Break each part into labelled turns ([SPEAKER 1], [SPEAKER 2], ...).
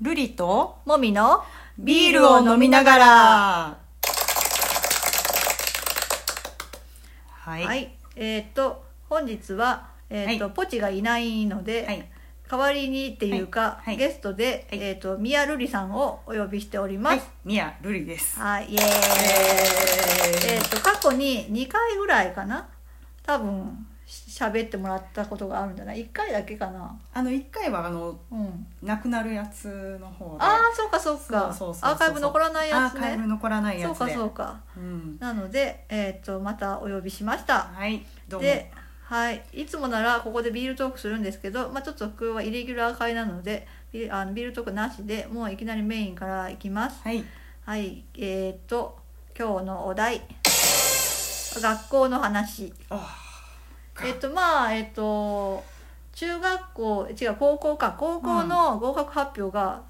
[SPEAKER 1] ルリと
[SPEAKER 2] もみの
[SPEAKER 1] ビールを飲みながら。は。
[SPEAKER 2] はいい、えっ、と本日は、えーと
[SPEAKER 1] は
[SPEAKER 2] ポチがいないので、
[SPEAKER 1] はい
[SPEAKER 2] 代わりにっていうか、
[SPEAKER 1] はいはい
[SPEAKER 2] ゲストで、
[SPEAKER 1] はい
[SPEAKER 2] えっ、と宮瑠璃さんをお呼びしておりま
[SPEAKER 1] はい
[SPEAKER 2] す。。
[SPEAKER 1] ミヤルリです。
[SPEAKER 2] はい、イエーイ。
[SPEAKER 1] イエーイ
[SPEAKER 2] えっ、と過去に2回ぐらいかな多分し喋ってもらったことがあるんじゃない1回だけかな。
[SPEAKER 1] あの一回はあの
[SPEAKER 2] うん、
[SPEAKER 1] なくなるやつの方で、
[SPEAKER 2] ああそうかそ
[SPEAKER 1] そう
[SPEAKER 2] うか
[SPEAKER 1] そうそうそう
[SPEAKER 2] アーカイブ残らないや
[SPEAKER 1] ア
[SPEAKER 2] つ
[SPEAKER 1] ーカイブ
[SPEAKER 2] ね。
[SPEAKER 1] 残らない
[SPEAKER 2] そ
[SPEAKER 1] や
[SPEAKER 2] う
[SPEAKER 1] つ
[SPEAKER 2] か
[SPEAKER 1] で。
[SPEAKER 2] そうか。
[SPEAKER 1] うん。
[SPEAKER 2] なので、えっ、とまたお呼びしました。
[SPEAKER 1] はい。どうも。
[SPEAKER 2] で、はい、いつもならここでビールトークするんですけど、まあ、ちょっと今日はイレギュラー会なのでビあのビールトークなしでもういきなりメインからいきます
[SPEAKER 1] はい。
[SPEAKER 2] はいえー、っと今日のお題学校の話
[SPEAKER 1] あ
[SPEAKER 2] えっとまあえっと中学校違う高校か高校の合格発表が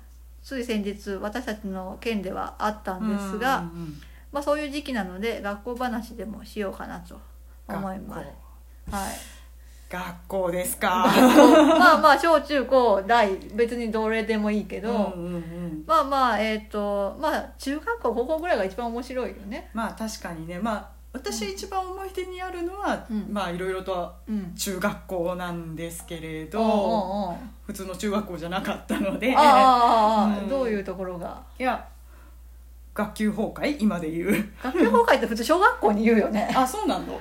[SPEAKER 2] つい先日私たちの県ではあったんですが、
[SPEAKER 1] うんうんうん
[SPEAKER 2] まあ、そういう時期なので学校話でもしようかなと思います
[SPEAKER 1] 学。校
[SPEAKER 2] はい
[SPEAKER 1] 学校ですか。
[SPEAKER 2] まあまあ小中高大別にどれでもいいけ
[SPEAKER 1] う
[SPEAKER 2] ど、
[SPEAKER 1] んうんうん。
[SPEAKER 2] まあまあえっ、とまあ中学校高校ぐらいが一番面白いよね。
[SPEAKER 1] まあ確かにね、まあ私一番思い出にあるのは、
[SPEAKER 2] うん
[SPEAKER 1] まあいろいろと
[SPEAKER 2] うん。
[SPEAKER 1] 中学校なんですけれど、
[SPEAKER 2] おうおうおう
[SPEAKER 1] 普通の中学校じゃなかったので
[SPEAKER 2] ああああああ、
[SPEAKER 1] うん
[SPEAKER 2] どういうところが
[SPEAKER 1] いや学級崩壊今で言う
[SPEAKER 2] 学級崩壊って普通小学校に言うよ ね。
[SPEAKER 1] あそうなの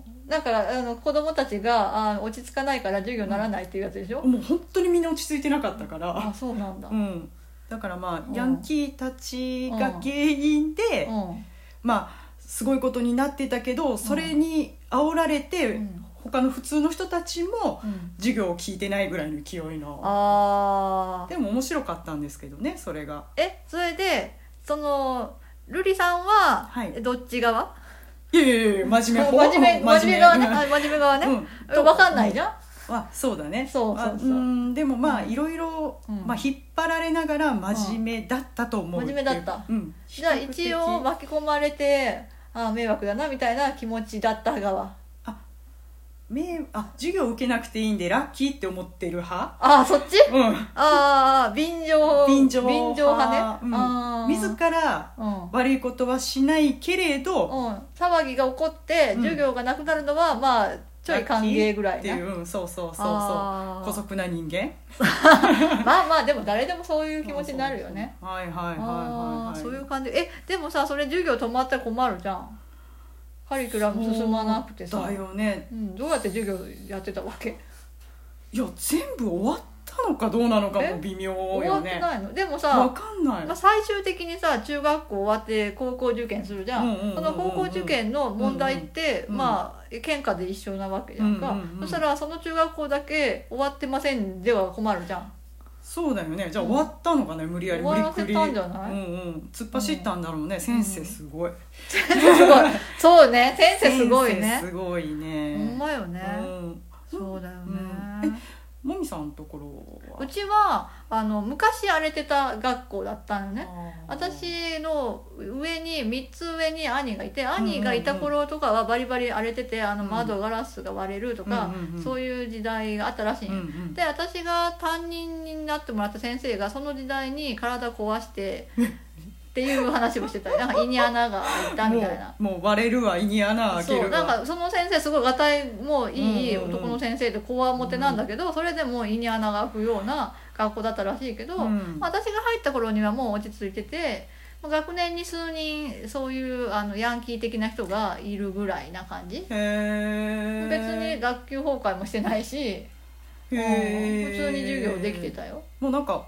[SPEAKER 2] うん。だからあの子供たちがあ落ち着かないから授業ならないっていうやつでしょ。
[SPEAKER 1] もう本当にみんな落ち着いてなかったから
[SPEAKER 2] あそうなんだ。
[SPEAKER 1] う
[SPEAKER 2] うん。
[SPEAKER 1] んだからま
[SPEAKER 2] うん
[SPEAKER 1] あヤンキーたちが原因でまあすごいことになってたけどそれに煽られ
[SPEAKER 2] う
[SPEAKER 1] て
[SPEAKER 2] ん
[SPEAKER 1] 他の普通の人たちも
[SPEAKER 2] うん
[SPEAKER 1] 授業を聞いてないぐらいの勢いの
[SPEAKER 2] ああ。
[SPEAKER 1] でも面白かったんですけどねそれが
[SPEAKER 2] えそれでそのルリさんは、
[SPEAKER 1] はい
[SPEAKER 2] えどっち側？
[SPEAKER 1] いやいやいや真面目
[SPEAKER 2] 真面目真面目側ねあ真面目側ね、
[SPEAKER 1] うん
[SPEAKER 2] 分かんないじゃん、
[SPEAKER 1] あそうだね
[SPEAKER 2] そうそうそう
[SPEAKER 1] あんでもまあ
[SPEAKER 2] うん
[SPEAKER 1] いろいろ
[SPEAKER 2] うん
[SPEAKER 1] まあ引っ張られながら真面目だったと思う
[SPEAKER 2] うん
[SPEAKER 1] ていう
[SPEAKER 2] 真面目だった
[SPEAKER 1] うん
[SPEAKER 2] じゃあ一応巻き込まれてああ迷惑だなみたいな気持ちだった側
[SPEAKER 1] めあ授業受けなくていいんでラッキーって思ってる派
[SPEAKER 2] ああそっち
[SPEAKER 1] うん
[SPEAKER 2] ああ便乗
[SPEAKER 1] 便乗
[SPEAKER 2] 便乗派ね、
[SPEAKER 1] うん
[SPEAKER 2] ああ
[SPEAKER 1] 自ら
[SPEAKER 2] うん、うん、
[SPEAKER 1] 悪いことはしないけれど
[SPEAKER 2] 騒ぎが起こって
[SPEAKER 1] うん
[SPEAKER 2] 授業がなくなるのは、まあちょい歓迎ぐらい
[SPEAKER 1] ってい
[SPEAKER 2] ね
[SPEAKER 1] ううんそうそうそうそう
[SPEAKER 2] ああ
[SPEAKER 1] 姑息な人間
[SPEAKER 2] まあまあでも誰でもそういう気持ちになるよね
[SPEAKER 1] そうそうそうはいはいはいはい
[SPEAKER 2] あ
[SPEAKER 1] は
[SPEAKER 2] あ
[SPEAKER 1] い
[SPEAKER 2] そういう感じえでもさそれ授業止まったら困るじゃんカリキュラム進まなくてさ
[SPEAKER 1] そうだよね
[SPEAKER 2] うん、どうやって授業やってたわけ
[SPEAKER 1] いや全部終わったのかどうなのかも
[SPEAKER 2] え
[SPEAKER 1] 微妙
[SPEAKER 2] 終わ
[SPEAKER 1] よ
[SPEAKER 2] って
[SPEAKER 1] ね
[SPEAKER 2] ないのでも
[SPEAKER 1] わ
[SPEAKER 2] さ、
[SPEAKER 1] かんない
[SPEAKER 2] まあ、最終的にさ中学校終わって高校受験するじゃん,、
[SPEAKER 1] うんうんうんうん
[SPEAKER 2] その高校受験の問題って、
[SPEAKER 1] うんうん
[SPEAKER 2] まあ県下で一緒なわけじゃんか、
[SPEAKER 1] うんうんうん
[SPEAKER 2] そしたらその中学校だけ終わってませんでは困るじゃん
[SPEAKER 1] そうだよねじゃあ
[SPEAKER 2] うん
[SPEAKER 1] 終わったのかね、無理やり無理くり
[SPEAKER 2] 終わらせたんじゃない
[SPEAKER 1] うんうん、突っ走ったんだろうね、先生すごい、
[SPEAKER 2] すごいそうね先生すごい
[SPEAKER 1] 先
[SPEAKER 2] ね
[SPEAKER 1] 生すごい
[SPEAKER 2] ほ
[SPEAKER 1] ね
[SPEAKER 2] んまよね、
[SPEAKER 1] うん
[SPEAKER 2] そうだよね、
[SPEAKER 1] うんもみさんのところは
[SPEAKER 2] うちはあの昔荒れてた学校だったのね
[SPEAKER 1] あー
[SPEAKER 2] 私の上に3つ上に兄がいて兄がいた頃とかはバリバリ荒れててあの
[SPEAKER 1] うん
[SPEAKER 2] 窓ガラスが割れるとか、
[SPEAKER 1] うんうんうん
[SPEAKER 2] そういう時代があったらしい
[SPEAKER 1] うんんう
[SPEAKER 2] よ、
[SPEAKER 1] ん
[SPEAKER 2] で私が担任になってもらった先生がその時代に体壊 してっていう話をしてたりなんか胃に穴が開いたみたいな
[SPEAKER 1] もうもう割れるわ胃に穴開けるわ
[SPEAKER 2] そうなんかその先生すごいがたいもいい
[SPEAKER 1] うんうんうん
[SPEAKER 2] 男の先生でこわもてなんだけど、それでもう胃に穴が開くような学校だったらしいけど、
[SPEAKER 1] うん
[SPEAKER 2] まあ私が入った頃にはもう落ち着いててまあ学年に数人そういうあのヤンキー的な人がいるぐらいな感じ
[SPEAKER 1] へえ
[SPEAKER 2] 別に学級崩壊もしてないし、うん普通に授業できてたよ、
[SPEAKER 1] もうなんか、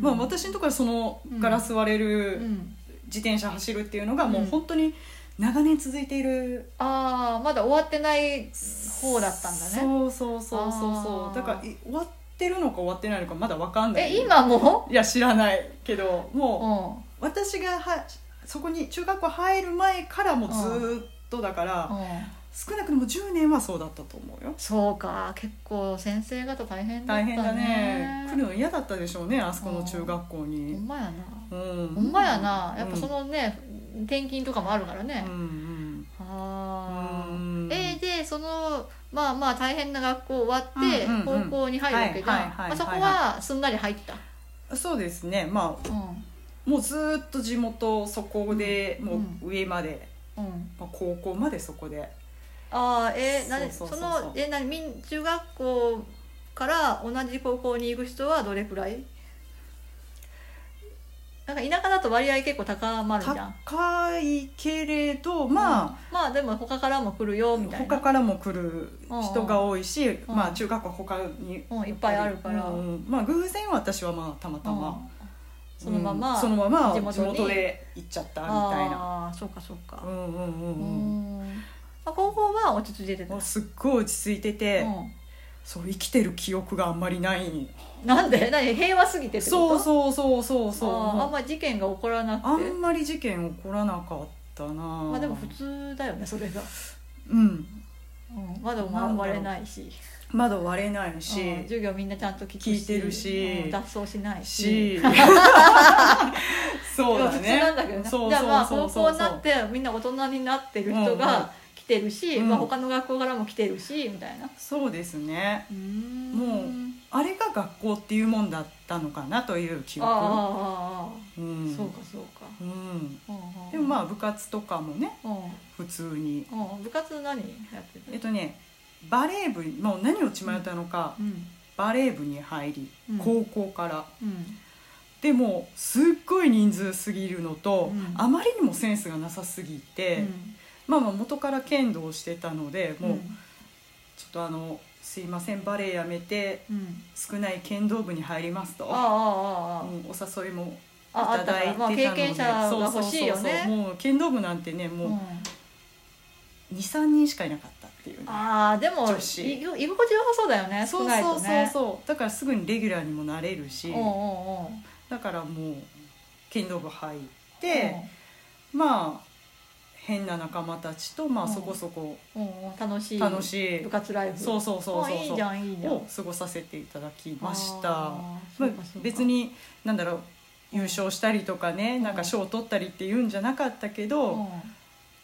[SPEAKER 1] まあ、
[SPEAKER 2] うん
[SPEAKER 1] 私のところはその
[SPEAKER 2] うん
[SPEAKER 1] ガラス割れ
[SPEAKER 2] う
[SPEAKER 1] る
[SPEAKER 2] ん、
[SPEAKER 1] 自転車走るっていうのがもう
[SPEAKER 2] うん
[SPEAKER 1] 本当に長年続いている
[SPEAKER 2] ああまだ終わってない方だったんだね
[SPEAKER 1] そうそうそうそうそ
[SPEAKER 2] あー
[SPEAKER 1] うだからい終わってるのか終わってないのかまだわかんない
[SPEAKER 2] え今も
[SPEAKER 1] いや知らないけど
[SPEAKER 2] う、
[SPEAKER 1] もう
[SPEAKER 2] ん
[SPEAKER 1] 私がはそこに中学校入る前からもうずーっとだから
[SPEAKER 2] うん
[SPEAKER 1] 少なくとも10年はそうだったと思うよ
[SPEAKER 2] そうか結構先生方大変だった
[SPEAKER 1] 大
[SPEAKER 2] ね
[SPEAKER 1] 変だね来るの嫌だったでしょうねあそこの中学校
[SPEAKER 2] ほ
[SPEAKER 1] に
[SPEAKER 2] んまやな
[SPEAKER 1] うん
[SPEAKER 2] ほんまやなやっぱそ
[SPEAKER 1] の
[SPEAKER 2] のね、転勤とかもあるからね、
[SPEAKER 1] うんうん
[SPEAKER 2] あ
[SPEAKER 1] う
[SPEAKER 2] ー
[SPEAKER 1] ん
[SPEAKER 2] えーでそのまあまあ大変な学校終わって、
[SPEAKER 1] うんうんうん
[SPEAKER 2] 高校に入るわけじゃん、
[SPEAKER 1] はいはいはいはい
[SPEAKER 2] まあ、そこはすんなり入った
[SPEAKER 1] そうですねまあもうずーっと地元そこで、
[SPEAKER 2] うん
[SPEAKER 1] もう上まで、
[SPEAKER 2] うんうん
[SPEAKER 1] まあ、高校までそこで
[SPEAKER 2] ああえー、何
[SPEAKER 1] そそ
[SPEAKER 2] そう
[SPEAKER 1] うそうそう
[SPEAKER 2] のえ何みん中学校から同じ高校に行く人はどれくらいなんか田舎だと割合結構高まるじゃん
[SPEAKER 1] 高いけれどま
[SPEAKER 2] まあでも他からも来るよ
[SPEAKER 1] あ、
[SPEAKER 2] みたい
[SPEAKER 1] 他
[SPEAKER 2] な
[SPEAKER 1] からも来る人が多いし、
[SPEAKER 2] うん
[SPEAKER 1] まあ中学校他に、
[SPEAKER 2] うんいっぱいあるから
[SPEAKER 1] うんうんまあ偶然私はまあたまたま、
[SPEAKER 2] うんそのまま、
[SPEAKER 1] うんそのまま
[SPEAKER 2] 地
[SPEAKER 1] 地
[SPEAKER 2] 元に
[SPEAKER 1] 元で行っちゃったみたいな
[SPEAKER 2] ああそうかそうか
[SPEAKER 1] うんうんう
[SPEAKER 2] うん
[SPEAKER 1] うん
[SPEAKER 2] んまあ高校は落ち着いててた
[SPEAKER 1] もうすっごい落ち着いてて、
[SPEAKER 2] う
[SPEAKER 1] そう生きてる記憶があんまりない
[SPEAKER 2] ん、なんで何平和すぎてって
[SPEAKER 1] そ
[SPEAKER 2] こ
[SPEAKER 1] う
[SPEAKER 2] とう
[SPEAKER 1] そうそうそうそう
[SPEAKER 2] あーあん
[SPEAKER 1] もう
[SPEAKER 2] まり事件が起こらなくて
[SPEAKER 1] あんまり事件起こらなかったなま
[SPEAKER 2] まあでも普通だよねそれが、
[SPEAKER 1] うん
[SPEAKER 2] うん、窓もあんまれないし
[SPEAKER 1] 窓割れないし、
[SPEAKER 2] うん授業みんなちゃんと聞く
[SPEAKER 1] 聞いてるし
[SPEAKER 2] うん脱走しないし
[SPEAKER 1] しそうだ
[SPEAKER 2] 普通
[SPEAKER 1] ね
[SPEAKER 2] なんだけどね
[SPEAKER 1] そう
[SPEAKER 2] じゃあまあ
[SPEAKER 1] そう
[SPEAKER 2] 高
[SPEAKER 1] そうそ
[SPEAKER 2] 校
[SPEAKER 1] う
[SPEAKER 2] になってみんな大人になってる人
[SPEAKER 1] うんうん
[SPEAKER 2] が来てるし、
[SPEAKER 1] うん
[SPEAKER 2] まあ、他の学校からも来てるしみたいな
[SPEAKER 1] そうですね
[SPEAKER 2] うん
[SPEAKER 1] もうあれが学校っていうもんだったのかなという記
[SPEAKER 2] ああ
[SPEAKER 1] 憶
[SPEAKER 2] あああ
[SPEAKER 1] う
[SPEAKER 2] あ、
[SPEAKER 1] ん
[SPEAKER 2] そうかそうか、
[SPEAKER 1] うん、
[SPEAKER 2] うんうん、
[SPEAKER 1] でもまあ部活とかもね
[SPEAKER 2] あ、うん
[SPEAKER 1] 普通に
[SPEAKER 2] うん、部活何やって
[SPEAKER 1] えったとねバレー部にもう何をちまえたのか、
[SPEAKER 2] うん
[SPEAKER 1] バレー部に入り
[SPEAKER 2] うん
[SPEAKER 1] 高校から、
[SPEAKER 2] うん
[SPEAKER 1] でもすっごい人数すぎるのと、
[SPEAKER 2] うん
[SPEAKER 1] あまりにもセンスがなさすぎて、まあまあ元から剣道をしてたので
[SPEAKER 2] うん
[SPEAKER 1] もうちょっとあの「すいませんバレーやめて
[SPEAKER 2] うん
[SPEAKER 1] 少ない剣道部に入りますと」
[SPEAKER 2] ああ
[SPEAKER 1] うんお誘いもい
[SPEAKER 2] ああああああ
[SPEAKER 1] た
[SPEAKER 2] った
[SPEAKER 1] だ
[SPEAKER 2] か
[SPEAKER 1] い
[SPEAKER 2] ら
[SPEAKER 1] て
[SPEAKER 2] ま
[SPEAKER 1] た
[SPEAKER 2] あ
[SPEAKER 1] ので
[SPEAKER 2] 経験者が欲しいよ
[SPEAKER 1] そうそうそうそう
[SPEAKER 2] ね
[SPEAKER 1] もう剣道部なんてね
[SPEAKER 2] うん
[SPEAKER 1] もう23人しかいなかったっていうね、
[SPEAKER 2] ああでも
[SPEAKER 1] 女子
[SPEAKER 2] い居心地よさそうだよね
[SPEAKER 1] そ
[SPEAKER 2] 少
[SPEAKER 1] う
[SPEAKER 2] ない
[SPEAKER 1] そ
[SPEAKER 2] と
[SPEAKER 1] うそう
[SPEAKER 2] ね
[SPEAKER 1] そうだからすぐにレギュラーにもなれるし、
[SPEAKER 2] うんうんうん
[SPEAKER 1] だからもう剣道部入って、まあ変な仲間たちとまあ
[SPEAKER 2] うん
[SPEAKER 1] そこそこ
[SPEAKER 2] うんうんうん楽しい
[SPEAKER 1] 楽しい、
[SPEAKER 2] 部活ライフ
[SPEAKER 1] そうそうそうそう
[SPEAKER 2] あいいじゃんいいじゃん
[SPEAKER 1] を過ごさせていただきました
[SPEAKER 2] あー
[SPEAKER 1] ま
[SPEAKER 2] そ
[SPEAKER 1] あ
[SPEAKER 2] うかそうか
[SPEAKER 1] 別になんだろう優勝したりとかね、
[SPEAKER 2] うん
[SPEAKER 1] なんか賞を取ったりっていうんじゃなかったけ
[SPEAKER 2] う
[SPEAKER 1] ど、
[SPEAKER 2] ん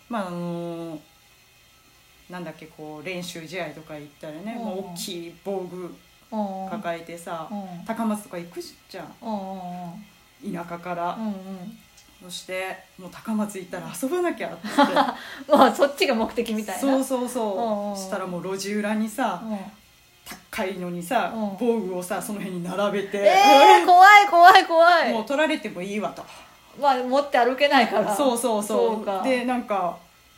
[SPEAKER 1] まああのーなんだっけこう練習試合とか行ったらね、
[SPEAKER 2] うん
[SPEAKER 1] もう大きい防具
[SPEAKER 2] うんうん
[SPEAKER 1] 抱えてさ、
[SPEAKER 2] うん
[SPEAKER 1] 高松とか行くじゃ
[SPEAKER 2] うん
[SPEAKER 1] ん田舎から、
[SPEAKER 2] うんうんうん
[SPEAKER 1] そしてもう高松行ったら遊ばなきゃ って言って
[SPEAKER 2] まあそっちが目的みたいな
[SPEAKER 1] そうそうそう、
[SPEAKER 2] うんうん
[SPEAKER 1] したらもう路地裏にさ
[SPEAKER 2] うん
[SPEAKER 1] 高いのにさ、
[SPEAKER 2] うん
[SPEAKER 1] 防具をさその辺に並べて、
[SPEAKER 2] えー、怖い怖い怖い
[SPEAKER 1] もう取られてもいいわと
[SPEAKER 2] まあ持って歩けないから
[SPEAKER 1] そうそうそう
[SPEAKER 2] そうか
[SPEAKER 1] でなんか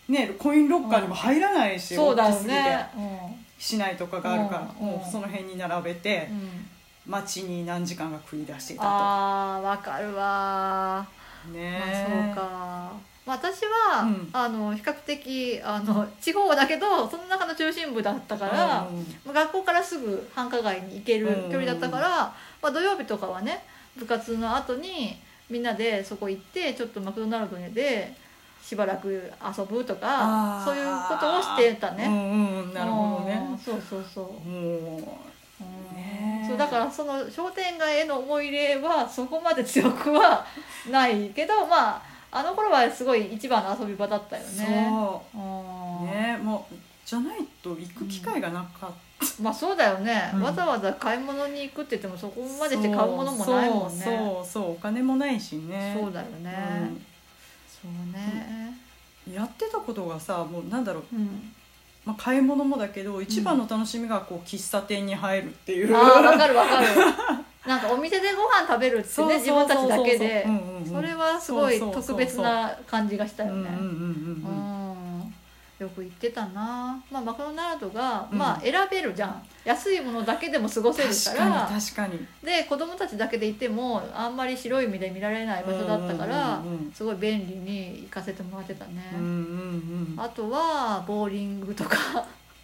[SPEAKER 1] ねコインロッカーにも入らないし、
[SPEAKER 2] そうだ
[SPEAKER 1] 大
[SPEAKER 2] よ
[SPEAKER 1] きすぎて
[SPEAKER 2] ね、
[SPEAKER 1] 市内とかがあるから、
[SPEAKER 2] うん
[SPEAKER 1] もうその辺に並べて
[SPEAKER 2] うん、うん、
[SPEAKER 1] 街に何時間が繰り出していた
[SPEAKER 2] あーわかるわ
[SPEAKER 1] と
[SPEAKER 2] ー、
[SPEAKER 1] ね
[SPEAKER 2] まあ、そうか、まあ、私は、
[SPEAKER 1] うん
[SPEAKER 2] あの比較的あの地方だけどその中の中心部だったから、
[SPEAKER 1] うん
[SPEAKER 2] まあ学校からすぐ繁華街に行ける
[SPEAKER 1] うん
[SPEAKER 2] 距離だったから、まあ、土曜日とかはね部活の後にみんなでそこ行ってちょっとマクドナルドでしばらく遊ぶと
[SPEAKER 1] あー
[SPEAKER 2] かそういうことをしてたね。
[SPEAKER 1] うんうんなるほど
[SPEAKER 2] うん
[SPEAKER 1] ね
[SPEAKER 2] そうそうそう
[SPEAKER 1] も
[SPEAKER 2] うん
[SPEAKER 1] ねえ
[SPEAKER 2] そうだからその商店街への思い入れはそこまで強くはないけどまああの頃はすごい一番の遊び場だったよ
[SPEAKER 1] う
[SPEAKER 2] ね。
[SPEAKER 1] そう
[SPEAKER 2] うん
[SPEAKER 1] ねもうじゃないと行く機会がなかっ
[SPEAKER 2] まあそうだよね、
[SPEAKER 1] うん
[SPEAKER 2] わざわざ買い物に行くって言ってもそこ
[SPEAKER 1] た、
[SPEAKER 2] までして買うものもないもん
[SPEAKER 1] そ
[SPEAKER 2] ねそうう
[SPEAKER 1] そうそうお金もないしね
[SPEAKER 2] だよね、そうね
[SPEAKER 1] うんやってたことがさもうなんだろう、
[SPEAKER 2] うん、
[SPEAKER 1] まあ、買い物もだけど一番の楽しみがこう喫茶店に入るっていう、
[SPEAKER 2] ああわかるわかる なんかお店でご飯食べるって
[SPEAKER 1] そう
[SPEAKER 2] ね
[SPEAKER 1] そう
[SPEAKER 2] 自
[SPEAKER 1] そう
[SPEAKER 2] 分
[SPEAKER 1] そ
[SPEAKER 2] た
[SPEAKER 1] う
[SPEAKER 2] ちだけで
[SPEAKER 1] うんうんうん
[SPEAKER 2] それはすごい
[SPEAKER 1] そうそうそうそう
[SPEAKER 2] 特別な感じがしたよね、
[SPEAKER 1] うんうんうんうん
[SPEAKER 2] うんよく行ってたな、まあ、マクドナルドが、
[SPEAKER 1] うん
[SPEAKER 2] まあ、選べるじゃん安いものだけでも過ごせる
[SPEAKER 1] 確
[SPEAKER 2] か
[SPEAKER 1] からに確かに
[SPEAKER 2] で子供たちだけで行ってもあんまり白い目で見られない場所だったから、
[SPEAKER 1] うんうん
[SPEAKER 2] すごい便利に行かせてもらってたね、
[SPEAKER 1] うんうんうん
[SPEAKER 2] あとはボーリングとか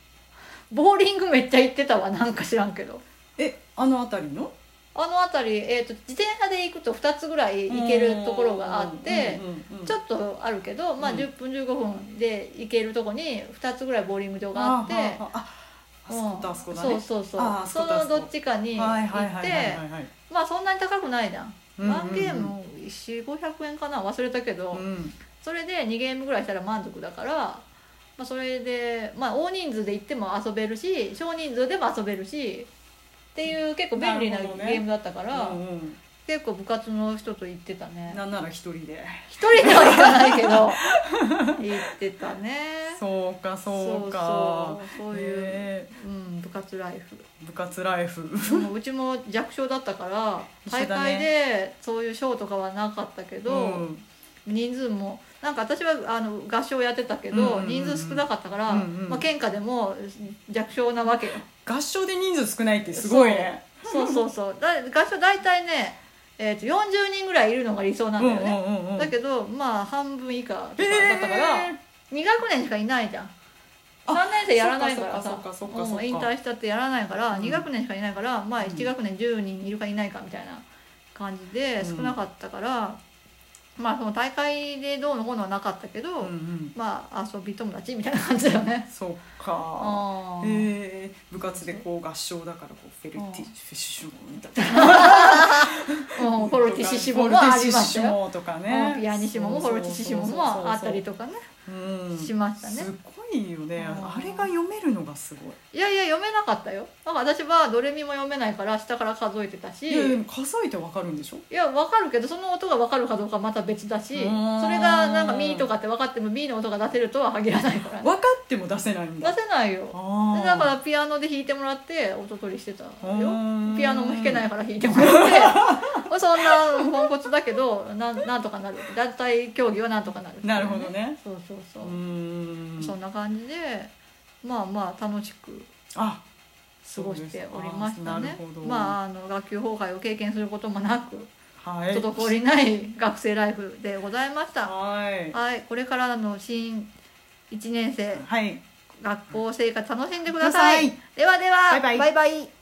[SPEAKER 2] ボーリングめっちゃ行ってたわなんか知らんけど
[SPEAKER 1] えあの辺りの
[SPEAKER 2] あの辺り、えー、と自転車で行くと2つぐらい行けるところがあって、
[SPEAKER 1] うんうんうん
[SPEAKER 2] ちょっとあるけど、まあ、
[SPEAKER 1] うん
[SPEAKER 2] 10分15分で行けるとこに2つぐらいボーリング場があって
[SPEAKER 1] ああああ
[SPEAKER 2] うん
[SPEAKER 1] そこだあそこだね
[SPEAKER 2] そうそうそう
[SPEAKER 1] ああそ
[SPEAKER 2] そ
[SPEAKER 1] こだ
[SPEAKER 2] のどっちかに
[SPEAKER 1] はい
[SPEAKER 2] 行
[SPEAKER 1] はいは
[SPEAKER 2] っ
[SPEAKER 1] いはい
[SPEAKER 2] て
[SPEAKER 1] はいはい
[SPEAKER 2] まあそんなに高くないじゃん
[SPEAKER 1] うんうんうん
[SPEAKER 2] ワンゲーム4500円かな忘れたけど、
[SPEAKER 1] うん
[SPEAKER 2] それで2ゲームぐらいしたら満足だから、まあ、それで、まあ、大人数で行っても遊べるし少人数でも遊べるしっていう結構便利な
[SPEAKER 1] なる
[SPEAKER 2] ゲ
[SPEAKER 1] ほどね
[SPEAKER 2] ームだったから、
[SPEAKER 1] うんうん
[SPEAKER 2] 結構部活の人と行ってたね
[SPEAKER 1] なんなら一人で
[SPEAKER 2] 一人では行かないけ ど行ってたね
[SPEAKER 1] そうかそうか
[SPEAKER 2] そうそうそういう、
[SPEAKER 1] ねえ
[SPEAKER 2] うん、部活ライフ
[SPEAKER 1] 部活ライフ
[SPEAKER 2] もううちも弱小だったから
[SPEAKER 1] 一緒
[SPEAKER 2] 大
[SPEAKER 1] だね
[SPEAKER 2] 会でそういう賞とかはなかったけど、
[SPEAKER 1] ん
[SPEAKER 2] 人数もなんか私はあの合唱やってたけど、
[SPEAKER 1] うんうんうん
[SPEAKER 2] 人数少なかったから、
[SPEAKER 1] うんうん
[SPEAKER 2] まあ、県下でも弱小なわ けよ
[SPEAKER 1] 合唱で人数少ないってすごいね
[SPEAKER 2] そうそうそうだ合唱大体ね、えー、と40人ぐらいいるのが理想なんだよね、
[SPEAKER 1] うんうんうんうん
[SPEAKER 2] だけどまあ半分以下とかだった
[SPEAKER 1] え
[SPEAKER 2] から、
[SPEAKER 1] ー
[SPEAKER 2] 2学年しかいないじゃん
[SPEAKER 1] あ
[SPEAKER 2] 3年生やらないから
[SPEAKER 1] そ
[SPEAKER 2] さ
[SPEAKER 1] っかそっかそっかそっ
[SPEAKER 2] う
[SPEAKER 1] か
[SPEAKER 2] ん引退したってやらないから、
[SPEAKER 1] うん
[SPEAKER 2] 2学年しかいないから、まあ、
[SPEAKER 1] うん
[SPEAKER 2] 1学年10人いるかいないかみたいな感じで
[SPEAKER 1] う
[SPEAKER 2] 少
[SPEAKER 1] ん
[SPEAKER 2] なかったから、まあその大会でどうのこうのはなかったけど、
[SPEAKER 1] うんうん
[SPEAKER 2] まあ遊び友達みたいな感じだよね。
[SPEAKER 1] そっか
[SPEAKER 2] あー
[SPEAKER 1] えー、部活でこう合唱だからこうフェルティ
[SPEAKER 2] うん
[SPEAKER 1] フィッシュモみたいな
[SPEAKER 2] うんフォルティシシモ
[SPEAKER 1] フ
[SPEAKER 2] も
[SPEAKER 1] ォル
[SPEAKER 2] あ
[SPEAKER 1] ティ
[SPEAKER 2] り
[SPEAKER 1] シ
[SPEAKER 2] まし
[SPEAKER 1] シ
[SPEAKER 2] たよ。
[SPEAKER 1] モとか
[SPEAKER 2] う
[SPEAKER 1] ね
[SPEAKER 2] んピアニシモもフォルティシシモもあったりとかね
[SPEAKER 1] か、うん、
[SPEAKER 2] しましたね
[SPEAKER 1] すごいよね
[SPEAKER 2] うん
[SPEAKER 1] あれが読めるのがすごい
[SPEAKER 2] いやいや読めなかったよなんか私はドレミも読めないから下から数えてたし
[SPEAKER 1] いやいや数えてわかるんでしょ
[SPEAKER 2] いやわかるけどその音がわかるかどうかまた別だし
[SPEAKER 1] うーん
[SPEAKER 2] それがなんか「ミー」とかって分かっても「ミー」の音が出せるとは限らないから、ね、
[SPEAKER 1] 分かっても出せないん
[SPEAKER 2] 出
[SPEAKER 1] だ
[SPEAKER 2] せないよ
[SPEAKER 1] あ
[SPEAKER 2] で
[SPEAKER 1] ー
[SPEAKER 2] だからピアノで弾いてもらって音取りしてたよ
[SPEAKER 1] うーん
[SPEAKER 2] ピアノも弾けないから弾いてもらって そんなポンコツだけどなんなんとかなる団体競技はなんとかなる
[SPEAKER 1] なるほどね
[SPEAKER 2] そうそうそうう、
[SPEAKER 1] ん
[SPEAKER 2] そんな感じでまあまあ楽しく
[SPEAKER 1] あ
[SPEAKER 2] 過ごしておりましたね
[SPEAKER 1] そうですかなるほど
[SPEAKER 2] まああの学級崩壊を経験することもなく
[SPEAKER 1] はい
[SPEAKER 2] 滞りない学生ライフでございました
[SPEAKER 1] はい
[SPEAKER 2] はいこれからの新1年生
[SPEAKER 1] はい
[SPEAKER 2] 学校生活楽しんでください
[SPEAKER 1] くだ
[SPEAKER 2] ではで
[SPEAKER 1] バ
[SPEAKER 2] は
[SPEAKER 1] イバイ
[SPEAKER 2] バイバイ